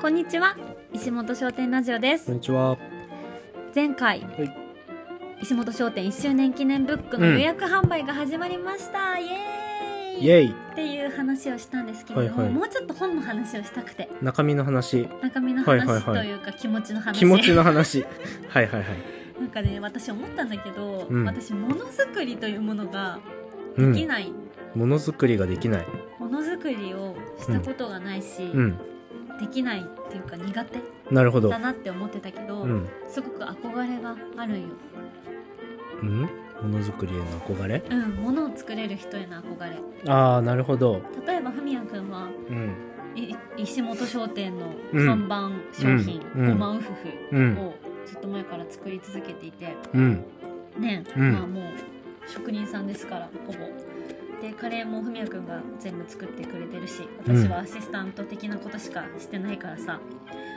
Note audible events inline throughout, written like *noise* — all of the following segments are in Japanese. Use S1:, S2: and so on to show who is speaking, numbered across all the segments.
S1: こんにちは石本商店ラジオで
S2: こ
S1: す
S2: んにちは。
S1: 前回、
S2: い
S1: 石本商店1周年記念ブックの
S2: うん
S1: 予約販売が始まりました、イエーイ
S2: イエイ
S1: っていう話をしたんですけれども、
S2: はいはい
S1: もうちょっと本の話をしたくて
S2: 中身の話、
S1: 中身の
S2: はい
S1: 話
S2: はいはい
S1: というか気持ちの話
S2: 気持ちの話。 *laughs* はいはいはい。
S1: なんかね私思ったんだけど、
S2: うん
S1: 私ものづくりというものが
S2: う
S1: でき
S2: ん。
S1: ない、
S2: ものづくりができない。
S1: ものづくりをしたことがないし、
S2: うん。
S1: できないっていうか苦手
S2: なるほど
S1: だ。なって思ってたけど、
S2: うん。
S1: すごく憧れがあるんよ、
S2: うん。ものづくりへの憧れ。
S1: うん、ものを作れる人への憧れ
S2: ああ、なるほど。
S1: 例えばふみやくんは
S2: うん。
S1: い石本商店の
S2: うん
S1: 看板商品、
S2: うん
S1: ごまウフ
S2: う
S1: フ
S2: ん。
S1: をずっと前から作り続けていて
S2: うん。
S1: ね、
S2: うん
S1: まあもう職人さんですからほぼでカレーもふみやくんが全部作ってくれてるし私はアシスタント的なことしかしてないからさ、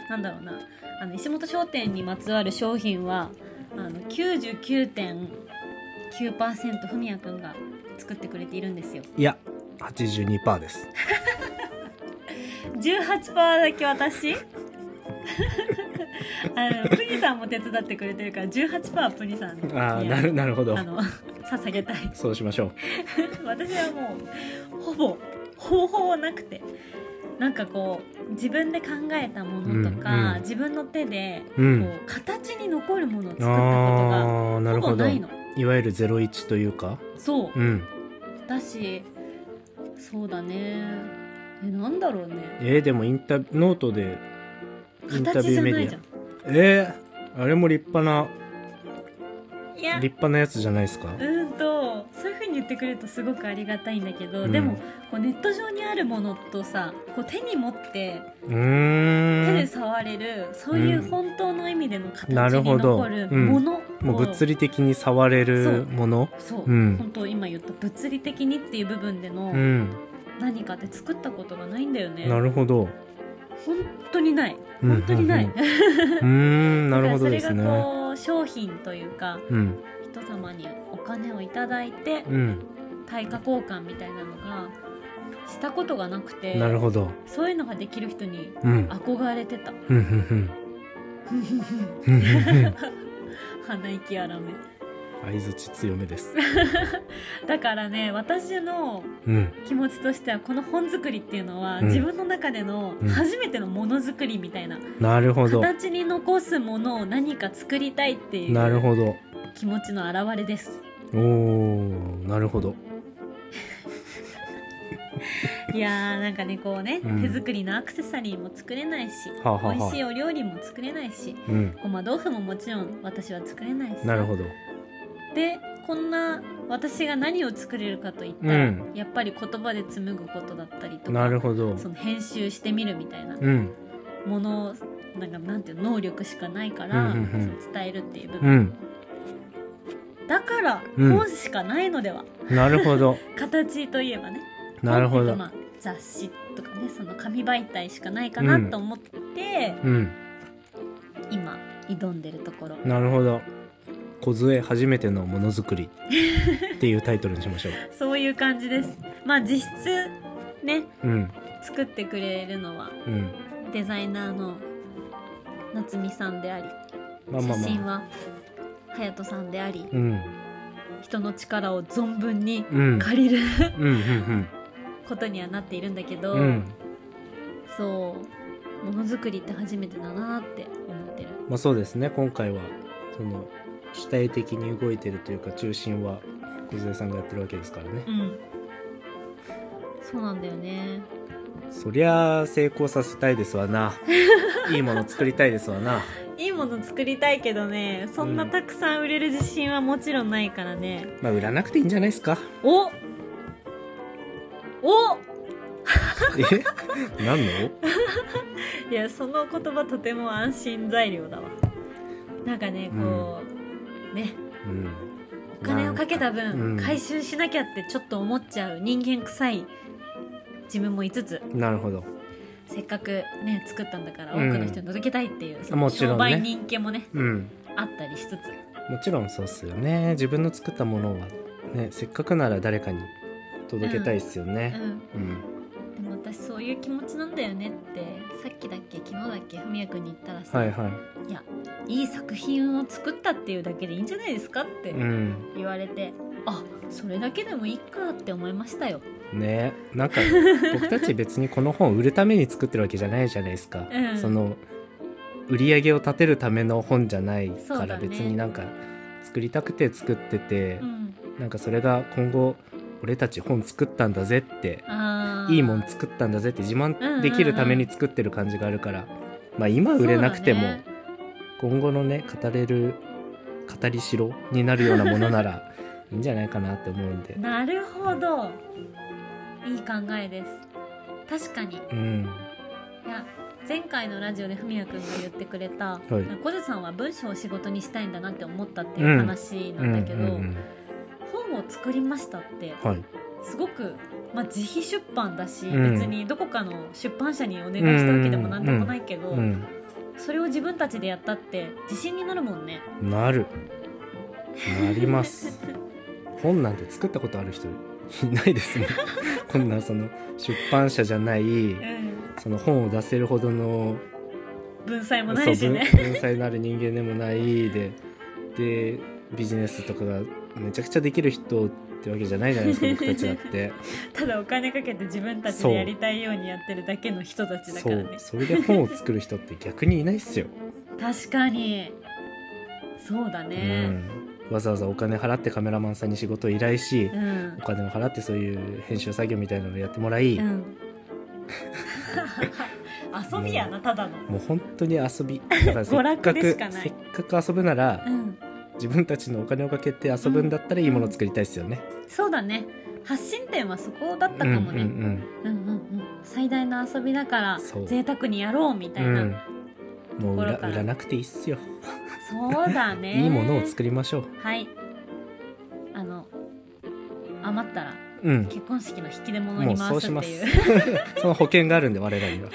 S1: なんだろうなあの石本商店にまつわる商品はあの99.9%ふみやくんが作ってくれているんですよ
S2: いや。82%です。
S1: 18%だけ私 *laughs* あのプニさんも手伝ってくれてるから18%プニさんに
S2: *laughs* ああ、なる、なるほど
S1: あ。の *laughs* 捧げたい
S2: そうしましょ
S1: 私はもうほぼ方法なくてなんかこう自分で考えたものとか、
S2: うんうん
S1: 自分の手でこ
S2: う。う
S1: う、
S2: ん。
S1: 形に残るものを作ったことが
S2: ああ、な
S1: ほ
S2: る
S1: ぼ
S2: ほど。
S1: ないの
S2: いわゆるゼロ一というか。
S1: そう、
S2: うん。
S1: だしそうだねえなんだろうね
S2: えー、でもインタ、ノートで。インタ
S1: 形じゃ
S2: ビューメ
S1: な
S2: デ
S1: いじゃ
S2: ィ
S1: ん
S2: ア。えー、あれも立派な、
S1: いや
S2: 立派なやつじゃないですか
S1: う。ーんとそういうふうに言ってくれるとすごくありがたいんだけど、
S2: うん
S1: でもこうネット上にあるものとさこう手に持って
S2: うーん。
S1: 手で触れる、そういう
S2: うん
S1: 本当の意味での形に
S2: なるほど
S1: 残る
S2: うん
S1: ものを、
S2: もう物理的に触れるもの
S1: そう、
S2: うん
S1: 本当今言った物理的にっていう部分での
S2: うん、
S1: 何かって作ったことがないんだよね、
S2: なるほど
S1: 本当にない
S2: うん
S1: 本当にない、
S2: うんう
S1: *laughs*
S2: ーんなるほどで
S1: だか
S2: す
S1: らそれが
S2: ね
S1: こう商品というか
S2: うん
S1: 人様にお金をいただいて
S2: うん
S1: 対価交換みたいなのがしたことがなくて
S2: なるほど
S1: そういうのができる人に
S2: うん
S1: 憧れてた。
S2: うんうんうんうんうん
S1: 鼻息荒め。
S2: 相づち強めです
S1: だからね、私の *laughs*
S2: うん
S1: 気持ちとしては、この本作りっていうのは、
S2: うん
S1: 自分の中での
S2: うん
S1: 初めてのものづくりみたいな、
S2: なるほど
S1: 形に残すものを何か作りたいってい
S2: なる
S1: う
S2: ほど
S1: 気持ちの表れです。
S2: おーなるほど
S1: いやー、なんかね、こうね、
S2: うん
S1: 手作りのアクセサリーも作れないし、
S2: はあ、はあ
S1: 美味
S2: は
S1: しいお料理も作れないし、
S2: あ、うん
S1: ごま豆腐ももちろん私は作れないし。
S2: なるほど
S1: でこんな私が何を作れるかといったら、
S2: うん
S1: やっぱり言葉で紡ぐことだったりとか
S2: なるほど
S1: その編集してみるみたいな
S2: うん
S1: ものをなんかなんていうの能力しかないから、
S2: うんうんうん
S1: その伝えるっていう部
S2: う
S1: 分、
S2: ん
S1: だから
S2: うん
S1: 本しかないのでは、
S2: なる
S1: *laughs*
S2: ほど
S1: 形といえばね
S2: なるほ
S1: 本っていう
S2: ど
S1: かまあ、雑誌とかねその紙媒体しかないかなと思って、
S2: うん
S1: 今挑んでるところ
S2: なるほど「梢初めてのものづくり」っていうタイトルにしましょ
S1: そういう感じですまあ実質ね
S2: ううん
S1: 作ってくれるのは
S2: うん
S1: デザイナーの夏美さんであり、
S2: まあまあ
S1: 写真
S2: まあ。
S1: は隼人さんであり、
S2: うん。
S1: 人の力を存分に
S2: うん。
S1: 借りる
S2: うん。うん。
S1: ことにはなっているんだけど、
S2: うん。うん。
S1: そうものづくりって初めてだなって思ってる
S2: まあそうですね。今回は、その、主体的に動いてるというか、中心は、小杉さんがやってるわけですからね
S1: う。んそうなんだよね
S2: そりゃあ、成功させたいです
S1: *laughs*
S2: わな。いいもの作りたいですわな。
S1: いいもの作りたいけどねそんなたくさん売れる自信はもちろんないからね、
S2: まあ、売らなくていいんじゃないです
S1: *laughs*
S2: か。
S1: おお
S2: えなんの
S1: いやその言葉とても安心材料だわなんかねこう、ね
S2: うん。
S1: お金をかけた分、
S2: うん
S1: 回収しなきゃってちょっと思っちゃう人間臭い自分もいつつ
S2: なるほど。
S1: せっかくね作ったんだから多
S2: うん
S1: くの人に届けたいっていう、その
S2: もちろんね
S1: 商売人気もね
S2: うん。
S1: あったりしつつ
S2: もちろんそうっすよね。自分の作ったものは、ね、せっかくなら誰かに届けたいっすよ
S1: う
S2: ね。
S1: ん
S2: うん。
S1: でも私そういう気持ちなんだよねってさっきだっけ昨日だっけ文也君に言ったらさ、、
S2: はいはい
S1: やいい作品を作ったっていうだけでいいんじゃないですかって
S2: いうん
S1: 言われて、あそれだけでもいいかって思いましたよ
S2: ねなんか僕たち別にこの本売るために作ってるわけじゃないじゃないですか、
S1: うん
S2: その売り上げを立てるための本じゃない
S1: そう
S2: か
S1: だ
S2: ら
S1: ね
S2: 別になんか作りたくて作ってて、
S1: うん
S2: なんかそれが今後俺たち本作ったんだぜって
S1: あー
S2: いいもん作ったんだぜって自慢できるために作ってる感じがあるから、まあ今売れなくても、
S1: そうだね
S2: 今後のね語れる語りしろになるようなものなら
S1: *laughs*
S2: いいんじゃないかなって思うんで
S1: なるほどいい考えです確かにい
S2: うん
S1: や前回のラジオで文也君が言ってくれた
S2: い
S1: 小路さんは文章を仕事にしたいんだなって思ったっていう話なんだけど、
S2: うんうん
S1: 本を作りましたって
S2: うん、はい
S1: すごく、まあ、自費出版だし、
S2: うん
S1: 別にどこかの出版社にお願いしたわけでもなんでもないけど、
S2: うん
S1: それを自分たちでやったって自信になるもんね
S2: なるなります本なんて作ったことある人いないで
S1: *laughs*
S2: すねこんなその出版社じゃない
S1: うん
S2: その本を出せるほどの
S1: 文才もな
S2: そう
S1: いしね
S2: 文文才のある人間でもないででビジネスとかがめちゃくちゃできる人ってわけじゃないじゃな
S1: *laughs*
S2: いですか僕たちだって。
S1: *laughs* ただお金かけて自分たちでやりたいようにやってるだけの人たちだか
S2: そ
S1: ら
S2: う
S1: ね
S2: それで本を作る人って逆にいないっすよ、
S1: 確かにそうだね
S2: うん、わざわざお金払ってカメラマンさんに仕事を依頼し、
S1: うん、うん
S2: お金を払ってそういう編集作業みたいなのをやってもら
S1: *laughs*
S2: い、
S1: 遊びやなただの
S2: もう本当に遊
S1: *laughs*
S2: びだからせ
S1: 娯
S2: っか
S1: 楽
S2: く
S1: でしかない
S2: せっかく遊ぶなら、
S1: うん
S2: 自分たちのお金をかけて遊ぶんだったらいいものを作りたいっすよね、
S1: そうだね発信点はそこだったか
S2: うん、
S1: もね、
S2: う
S1: うんんうんうん最大の遊びだから
S2: そう
S1: 贅沢にやろうみた
S2: う
S1: い
S2: んう
S1: な、
S2: んもう売
S1: 心
S2: ら
S1: から
S2: 売らなくていいっすよ、
S1: そうだね
S2: *laughs* いいものを作りましょう
S1: はいあの余ったら
S2: うん
S1: 結婚式の引き出物
S2: も
S1: に
S2: うそ
S1: 回
S2: う
S1: す
S2: し
S1: っ
S2: ま
S1: て
S2: す *laughs*
S1: いう
S2: その保険があるんで我らには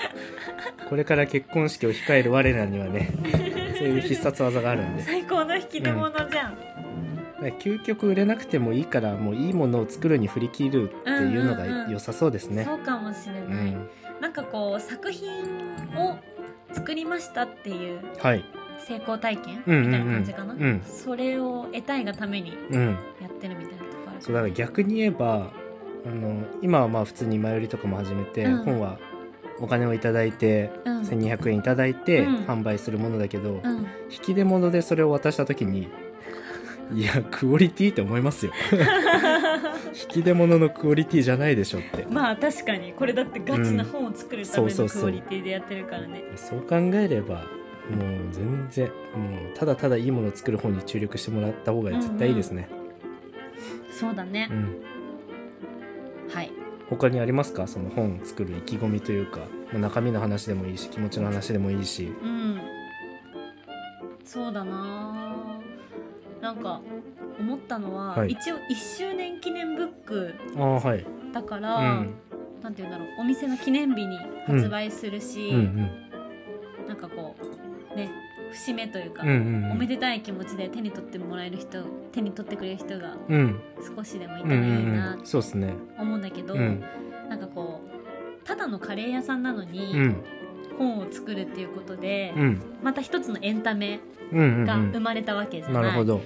S2: これから結婚式を控える我らにはねそういう必殺技があるんでだか
S1: 最高の引き出物じゃん、
S2: ら究極売れなくてもいいからもういいものを作るに振り切るっていうのが
S1: うんうんうん
S2: 良さそうですね
S1: そうかもしれ
S2: う
S1: ない、
S2: ん
S1: なんかこう作品を作りましたっていう
S2: はい
S1: 成功体験み
S2: う
S1: た
S2: ん
S1: いな感じかな、
S2: うんうん
S1: それを得たいがために
S2: うん
S1: やってるみたいなとこある
S2: そうだから逆に言えばあの今はまあ普通に前売りとかも始めて、
S1: うん
S2: 本はお金をいただいて
S1: うん
S2: 1200円いただいて
S1: うん
S2: 販売するものだけど、
S1: うん *laughs*
S2: 引き出物でそれを渡した時にいやクオリティって思いますよ引き出物のクオリティじゃないでしょって
S1: まあ確かにこれだってガチな本を作るた
S2: うん
S1: め
S2: そ
S1: の
S2: うそうそう
S1: クオリティでやってるからね、
S2: そう考えればもう全然もうただただいいものを作る方に注力してもらった方が絶対いいですね、
S1: そうだね
S2: うん、
S1: はい
S2: 他にありますかその本を作る意気込みというかもう中身の話でもいいし気持ちの話でもいいし
S1: うんそうだなあなんか思ったのは、
S2: はい
S1: 一応1周年記念ブック
S2: ああはい
S1: だか
S2: う
S1: ら、
S2: ん
S1: なんて言うんだろうお店の記念日に発売するし、
S2: うんうん
S1: なんかこうね節目というか、
S2: うんうん
S1: おめでたい気持ちで手に取ってもらえる人手に取ってくれる人が
S2: うんうん
S1: 少しでもいた
S2: うんう
S1: らいいなん
S2: うんそうですね
S1: と思うんだけど、
S2: うん
S1: なんかこうただのカレー屋さんなのに、
S2: うん
S1: 本を作るっていうことで、
S2: うん
S1: また一つのエンタメ
S2: うんうん
S1: が
S2: うん
S1: 生まれたわけじゃない、
S2: なるほど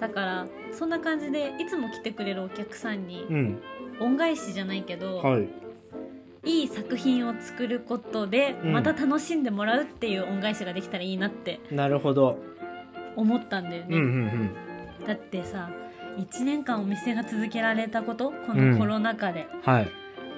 S1: だからそんな感じでいつも来てくれるお客さんに
S2: うん
S1: 恩返しじゃないけど、
S2: はい
S1: いい作品を作ることで
S2: うん
S1: また楽しんでもらうっていう恩返しができたらいいなって
S2: なるほど
S1: 思ったんだよ
S2: うん
S1: ね、
S2: うんうん
S1: だってさ1年間お店が続けられたことこのコロナ禍で、
S2: はい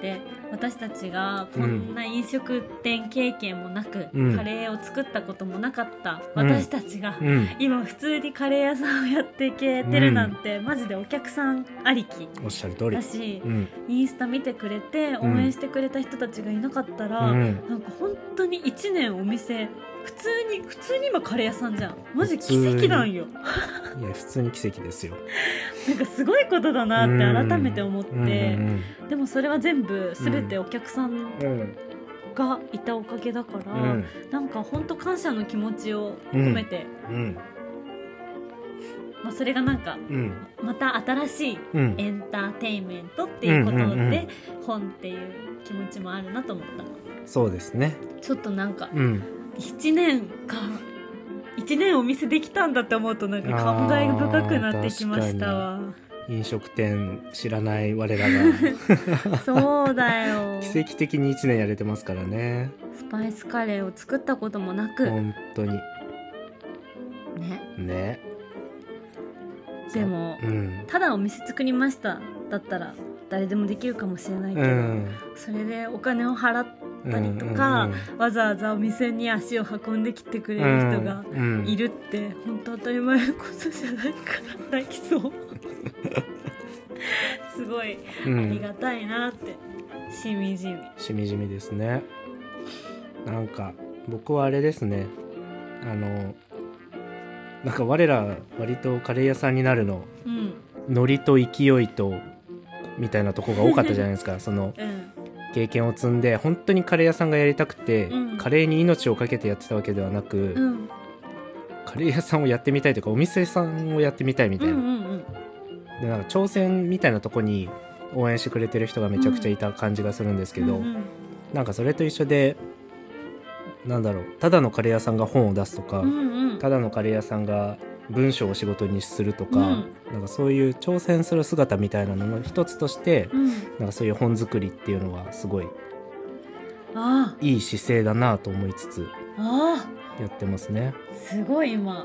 S1: で私たちがこんな飲食店経験もなく、
S2: うん
S1: カレーを作ったこともなかった
S2: うん
S1: 私たちが、
S2: うん
S1: 今普通にカレー屋さんをやっていけてるなんて、マジでお客さんありき
S2: おっしゃる通り
S1: だし
S2: う、ん
S1: インスタ見てくれて応
S2: ん
S1: 援してくれた人たちがいなかった
S2: う
S1: ら、
S2: ん
S1: なんか本当に1年お店普通に普通に今カレー屋さんじゃんマジ
S2: 普
S1: 奇
S2: 通に
S1: 跡なんよ
S2: いや普通に奇跡ですよ
S1: なんかすごいことだなって改めて思って、
S2: うんうん
S1: でもそれは全部全てお客さん
S2: うん
S1: がいたおかげだから、
S2: うん
S1: なんか本当感謝の気持ちを込めて
S2: うん
S1: まあ、それがなんか
S2: うん
S1: また新しい
S2: うん
S1: エンターテインメントっていうことで、
S2: うんうんうん
S1: 本っていう気持ちもあるなと思った
S2: そうですね
S1: ちょっとなんか
S2: うん
S1: 1年か1年お店できたんだって思うとなんか感慨深くなってきましたわ
S2: 飲食店知らない我らが
S1: *laughs* そうだよ
S2: *laughs* 奇跡的に1年やれてますからね
S1: スパイスカレーを作ったこともなく、
S2: 本当に
S1: ね
S2: ね
S1: でも、
S2: うん
S1: ただお店作りましただったら誰でもできるかもしれないけ
S2: う
S1: ど、
S2: ん
S1: それでお金を払ったりとか、
S2: うんうん
S1: わざわざお店に足を運んできてくれ
S2: う
S1: る
S2: ん
S1: 人が
S2: うん
S1: いるって本当当たり前のことじゃないから泣きそう
S2: *laughs*
S1: すごい
S2: うん
S1: ありがたいなってしみじみ
S2: しみじみですねなんか僕はあれですねあのなんか我ら割とカレー屋さんになるの
S1: うん
S2: ノリと勢いとみたいなとこが多かったじゃないで
S1: *laughs*
S2: すかその
S1: うん
S2: 経験を積んで本当にカレー屋さんがやりたくて、
S1: うん
S2: カレーに命を懸けてやってたわけではなく、
S1: うん
S2: カレー屋さんをやってみたいというかお店さんをやってみたいみた
S1: う
S2: い
S1: ん
S2: な,、
S1: うんうん
S2: でなんか挑戦みたいなとこに応援してくれてる人がめちゃくちゃいた感じがするんですけど、
S1: うんうん
S2: なんかそれと一緒でなんだろうただのカレー屋さんが本を出すとか、
S1: うんうん
S2: ただのカレー屋さんが文章を仕事にするとか、
S1: うん
S2: なんかそういう挑戦する姿みたいなのの一つとして、
S1: うん
S2: なんかそういう本作りっていうのはすごい
S1: あ
S2: いい姿勢だなと思いつつ
S1: ああ
S2: やってますね。
S1: あすごい今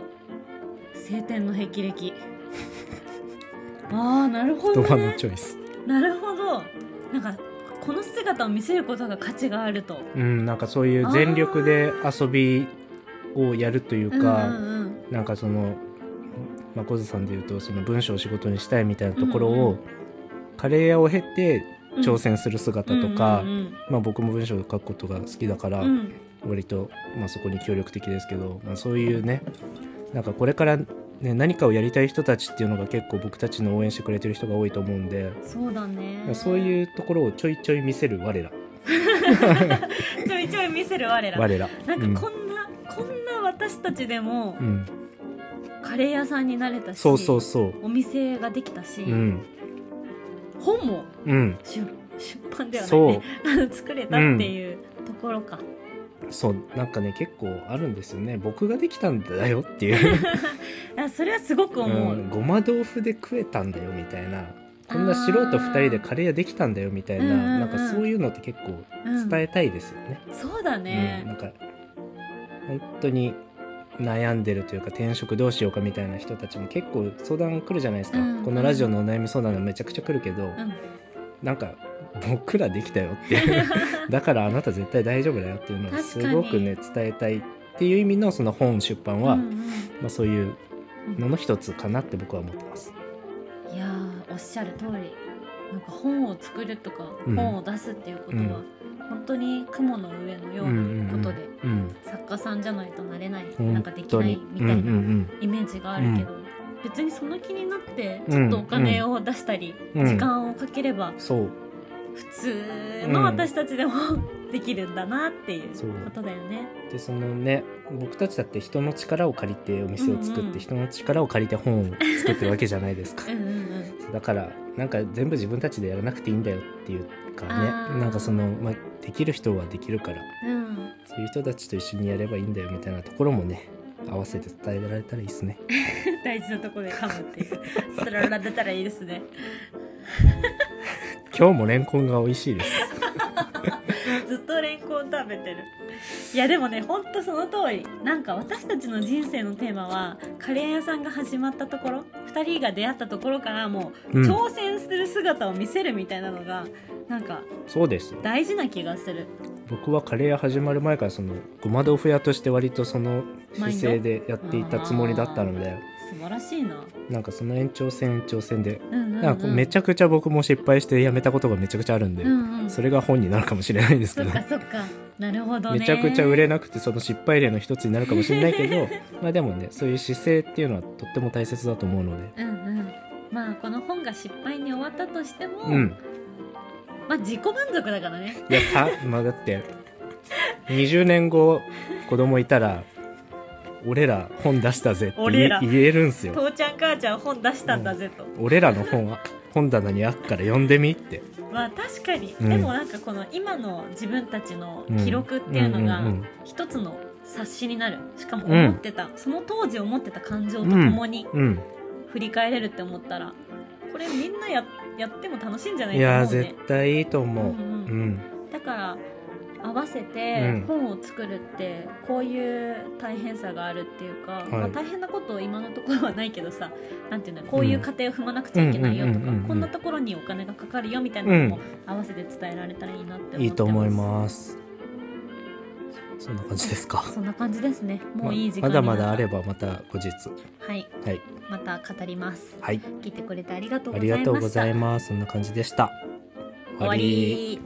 S1: 晴天の霹靂ああなるほど
S2: 言葉
S1: ね
S2: のチョイス。
S1: なるほどなんかこの姿を見せることが価値があると
S2: うん、なんかそういう全力で遊びをやるというか、
S1: うんうんうん
S2: なんかその、まあ、小津さんで言うとその文章を仕事にしたいみたいなところ
S1: うんう
S2: を、
S1: ん
S2: カレー屋を経て
S1: うん
S2: 挑戦する姿とか、
S1: うんうん
S2: まあ、僕も文章を書くことが好きだから、
S1: うんうん
S2: 割と、まあ、そこに協力的ですけど、まあ、そういうねなんかこれから、ね、何かをやりたい人たちっていうのが結構僕たちの応援してくれてる人が多いと思うんで、
S1: そうだね
S2: そう
S1: う
S2: いうところをちょいちょい見せる我ら
S1: ちょいちょい見せる我ら
S2: 我ら。
S1: なんかこんな、こんな私たちでも
S2: うんうん
S1: カレー屋さんになれたし
S2: そうそうそう。
S1: お店ができたし、
S2: うん。
S1: 本も
S2: うん。
S1: 出出版ではない、
S2: そう
S1: ね、。あの作れたっていうところか、
S2: そう。なんかね、結構あるんですよね。僕ができたんだよっていう。
S1: あそれはすごく *laughs* 思う、
S2: ん。ごま豆腐で食えたんだよみたいな。こんな素人二人でカレー屋できたんだよみたいな。
S1: うんうんうん
S2: なんかそういうのって結構
S1: うん
S2: 伝えたいですよね。
S1: そうだ
S2: うん。な
S1: ね
S2: んか、本当に悩んでるというか転職どうしようかみたいな人たちも結構相談来るじゃないですか。
S1: うん
S2: このラジオのお悩み相談がめちゃくちゃ来るけど、
S1: うん、
S2: なんか僕らできたよっていう
S1: *laughs*
S2: だからあなた絶対大丈夫だよっていうのをすごくね伝えたいっていう意味のその本出版は、
S1: うんうん
S2: まあ、そういう
S1: うん
S2: のの一つかなって僕は思ってます。
S1: いやーおっしゃる通りなんか本を作るとか、
S2: うん
S1: 本を出すっていうことは、本当に雲の上のようなことで、
S2: うん
S1: 作家さんじゃないとなれない、
S2: うん、
S1: なんかできないみたい
S2: うんうん
S1: なイメージがあるけど、別にその気になって
S2: うん
S1: ちょっとお金を出したり、
S2: うん
S1: 時間をかければ
S2: うん、そう
S1: 普通の私たちでも *laughs* できるんだなっていう
S2: そう
S1: ことだよね。
S2: でそのね僕たちだって人の力を借りてお店を作って、
S1: うんうん
S2: 人の力を借りて本を作ってるわけじゃない
S1: *laughs*
S2: ですか
S1: うんうんうん
S2: だからなんか全部自分たちでやらなくていいんだよっていうか
S1: あー
S2: ねなんかその、まあ、できる人はできるから
S1: うん、 *laughs*
S2: そういう人たちと一緒にやればいいんだよみたいなところもね合わせて伝えられたらいいで
S1: *laughs*
S2: すね。
S1: 大事なところで噛むっていう *laughs* そらら出たらいいですね
S2: 今日もレンコンが美味し
S1: *laughs*
S2: いです。
S1: ずっとレンコン食べてるいやでもねほんとその通りなんか私たちの人生のテーマはカレー屋さんが始まったところ2人が出会ったところからもう、
S2: うん、
S1: 挑戦する姿を見せるみたいなのがなんか
S2: そうですよ。
S1: 大事な気がする
S2: 僕はカレー屋始まる前からそのごま豆腐屋として割とその
S1: マインド
S2: 姿勢でやっていたつもりだったので、
S1: 素晴らしいな
S2: なんかその延長線延長線で、
S1: うんうん,、うん、
S2: なんかめちゃくちゃ僕も失敗してやめたことがめちゃくちゃあるんで、
S1: うんうん
S2: それが本になるかもしれないです
S1: そ
S2: け
S1: っ
S2: ど。
S1: かそっかなるほどね
S2: めちゃくちゃ売
S1: れ
S2: れなくてその失敗例の一つになるかもしれない
S1: *laughs*
S2: けどまあでもねそういう姿勢っていうのはとっても大切だと思うので
S1: うんうんまあこの本が失敗に終わったとしても、
S2: うん
S1: まあ自己満足だからね
S2: いやさ、まあ、だって20年後子供いたら俺ら本出したぜって言
S1: 俺ら
S2: え言えるんすよ
S1: 父ちゃん母ちゃん本出したんだぜと、
S2: 俺らの本は本棚にあっから読んでみって
S1: まあ確かに、
S2: うん
S1: でもなんかこの今の自分たちの記録っていうのが
S2: うんうんうん
S1: 一つの冊子になるしかも
S2: うん
S1: 思ってた、その当時思ってた感情とともに
S2: うん
S1: 振り返れるって思ったらこれみんなややっても楽しいんじゃない
S2: い
S1: か
S2: やー
S1: 思うね
S2: 絶対いいと思う
S1: う
S2: うん
S1: うん
S2: ん
S1: だから合わせ
S2: う
S1: て
S2: ん
S1: 本を作るってこういう大変さがあるっていうか、
S2: い
S1: まあ、大変なこと今のところはないけどさなんていうのこういう過程を踏まなくちゃいけないよと
S2: うんうん
S1: か
S2: うんうんうん
S1: こんなところにお金がかかるよみたいなのも合わせて伝えられたらいいなって思ってます
S2: いいと思いますそんな感じですか
S1: そんな感じですねもういい時間
S2: ま
S1: に
S2: だ
S1: な
S2: まだあれ
S1: ば
S2: ばまた後日
S1: はい
S2: はい
S1: また語ります
S2: はい
S1: 聞いてくれてありがとう
S2: あ
S1: ござい
S2: り
S1: ました
S2: がとうございますそんな感じでした
S1: 終わり